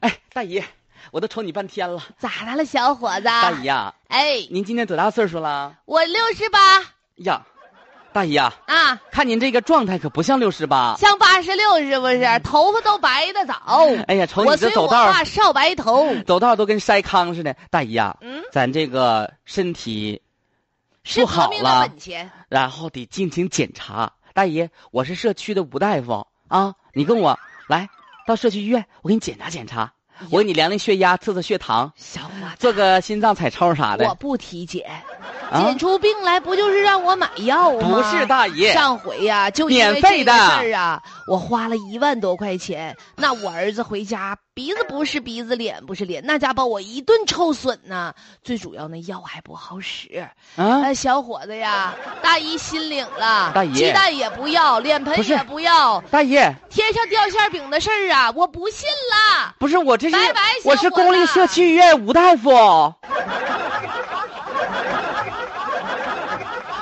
哎大姨，我都瞅你半天了。咋的了，小伙子？大姨呀、哎，您今年多大岁数了？我六十八呀，大姨呀、啊，看您这个状态可不像六十八。像八十六是不是？头发都白的早。哎呀，嗯瞅你哦我这随走我道儿，爸少白头。走道儿都跟筛糠似的。大姨呀、嗯，咱这个身体，是不好革命的了本钱。然后得进行检查。大姨，我是社区的吴大夫啊，你跟我来到社区医院，我给你检查检查，哎我给你量量血压，测测血糖，小伙子，做个心脏彩超啥的我不体检，啊。检出病来不就是让我买药吗？不是大姨，上回呀、就因为免费的这个事儿啊，我花了一万多块钱。那我儿子回家鼻子不是鼻子，脸不是脸，那家把我一顿臭损呐。最主要那药还不好使。啊，哎，小伙子呀，大姨心领了，大姨鸡蛋也不要，脸不盆是也不要，大姨，天上掉馅饼的事儿啊，我不信了。不是我这是拜拜我是小伙公立子社区医院吴大夫，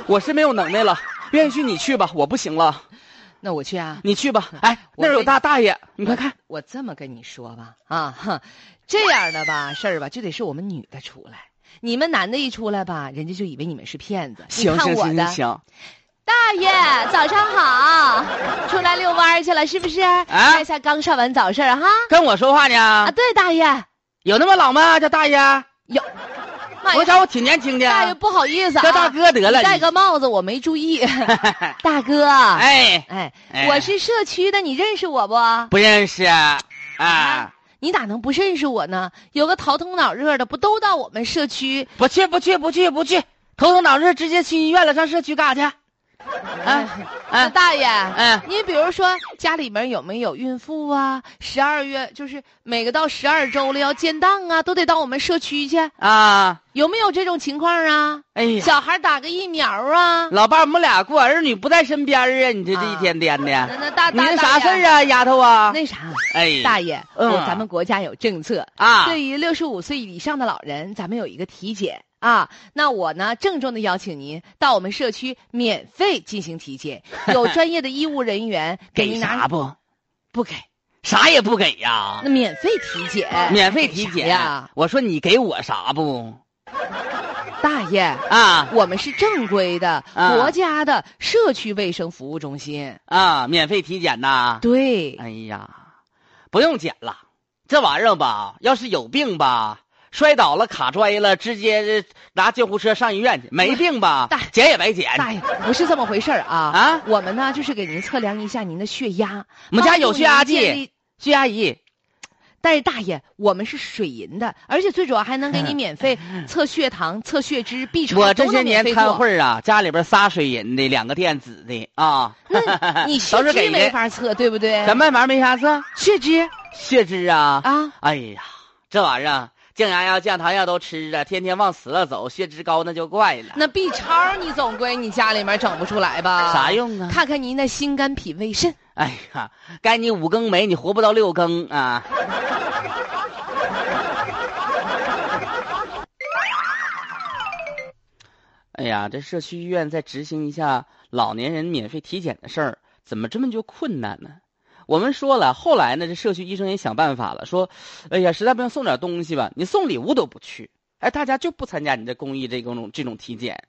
我是没有能耐了，愿意去你去吧，我不行了，那我去啊！你去吧。哎，那儿有大大爷，你快看，我这么跟你说吧，啊，哼，这样的吧事儿吧，就得是我们女的出来，你们男的一出来吧，人家就以为你们是骗子。你行看行我行的行，行，大爷，早上好，出来遛弯儿去了是不是？啊看一下刚上完早市儿哈。跟我说话啊，呢，对，大爷，有那么老吗？叫大爷，妈我呀，找我挺年轻的，大爷不好意思啊，叫大哥得了。你戴你个帽子我没注 意，大哥，哎哎，哎，哎我是社区的，你认识我不？不认识啊，啊，你咋能不认识我呢？有个头疼脑热的，不都到我们社区？不去不去不去不去，头疼脑热直接去医院了，上社区干啥去？啊啊，啊大爷，嗯，你比如说家里面有没有孕妇啊？十二月就是每个到十二周了要建档啊，都得到我们社区去，啊！有没有这种情况啊？哎呀，小孩打个疫苗啊？老伴儿，我们俩过儿女不在身边儿啊！你这这一天天的，啊那那大哎你大这大啥爷事儿啊，丫头啊？那啥，哎，大爷，嗯哦咱们国家有政策，啊，对于六十五岁以上的老人，咱们有一个体检啊。那我呢，郑重的邀请您到我们社区免费进行体检， 有专业的医务人员给给您啥拿，不？不给，啥也不给呀哎那，免费体检，免费给体啥检呀，我说你给我啥不？大爷。啊我们是正规的、啊国家的社区卫生服务中心。啊，免费体检呐？对，哎呀，不用检了，这玩意儿吧，要是有病吧，摔倒了卡摔了，直接呃拿救护车上医院去；没病吧大，检也白检。大爷不是这么回事儿啊！哎啊，我们呢就是给您测量一下您的血压，我们家有血压帮助您建计，立。薛阿姨，但是大爷，我们是水银的，而且最主要还能给 你免费测血糖、测血脂、B 超。我都这能些免年费参做，会儿啊，家里边仨水银的，两个电子的啊，那 你血都是脂给没的。法测，对不对？什么玩意儿没啥事？血脂血脂啊！ 啊，哎呀，这玩意儿啊降压药、降糖药都吃啊，天天往死了走，血脂高那就怪了。那 B 超你总归你家里面整不出来吧？啥？用啊？看看您的心肝脾胃肾。哎呀，该你五更没，你活不到六更啊！哎呀，这社区医院再执行一下老年人免费体检的事儿，怎么这么就困难呢？我们说了，后来呢，这社区医生也想办法了，说，哎呀，实在不行送点东西吧，你送礼物都不去，哎，大家就不参加你这公益这种这种体检，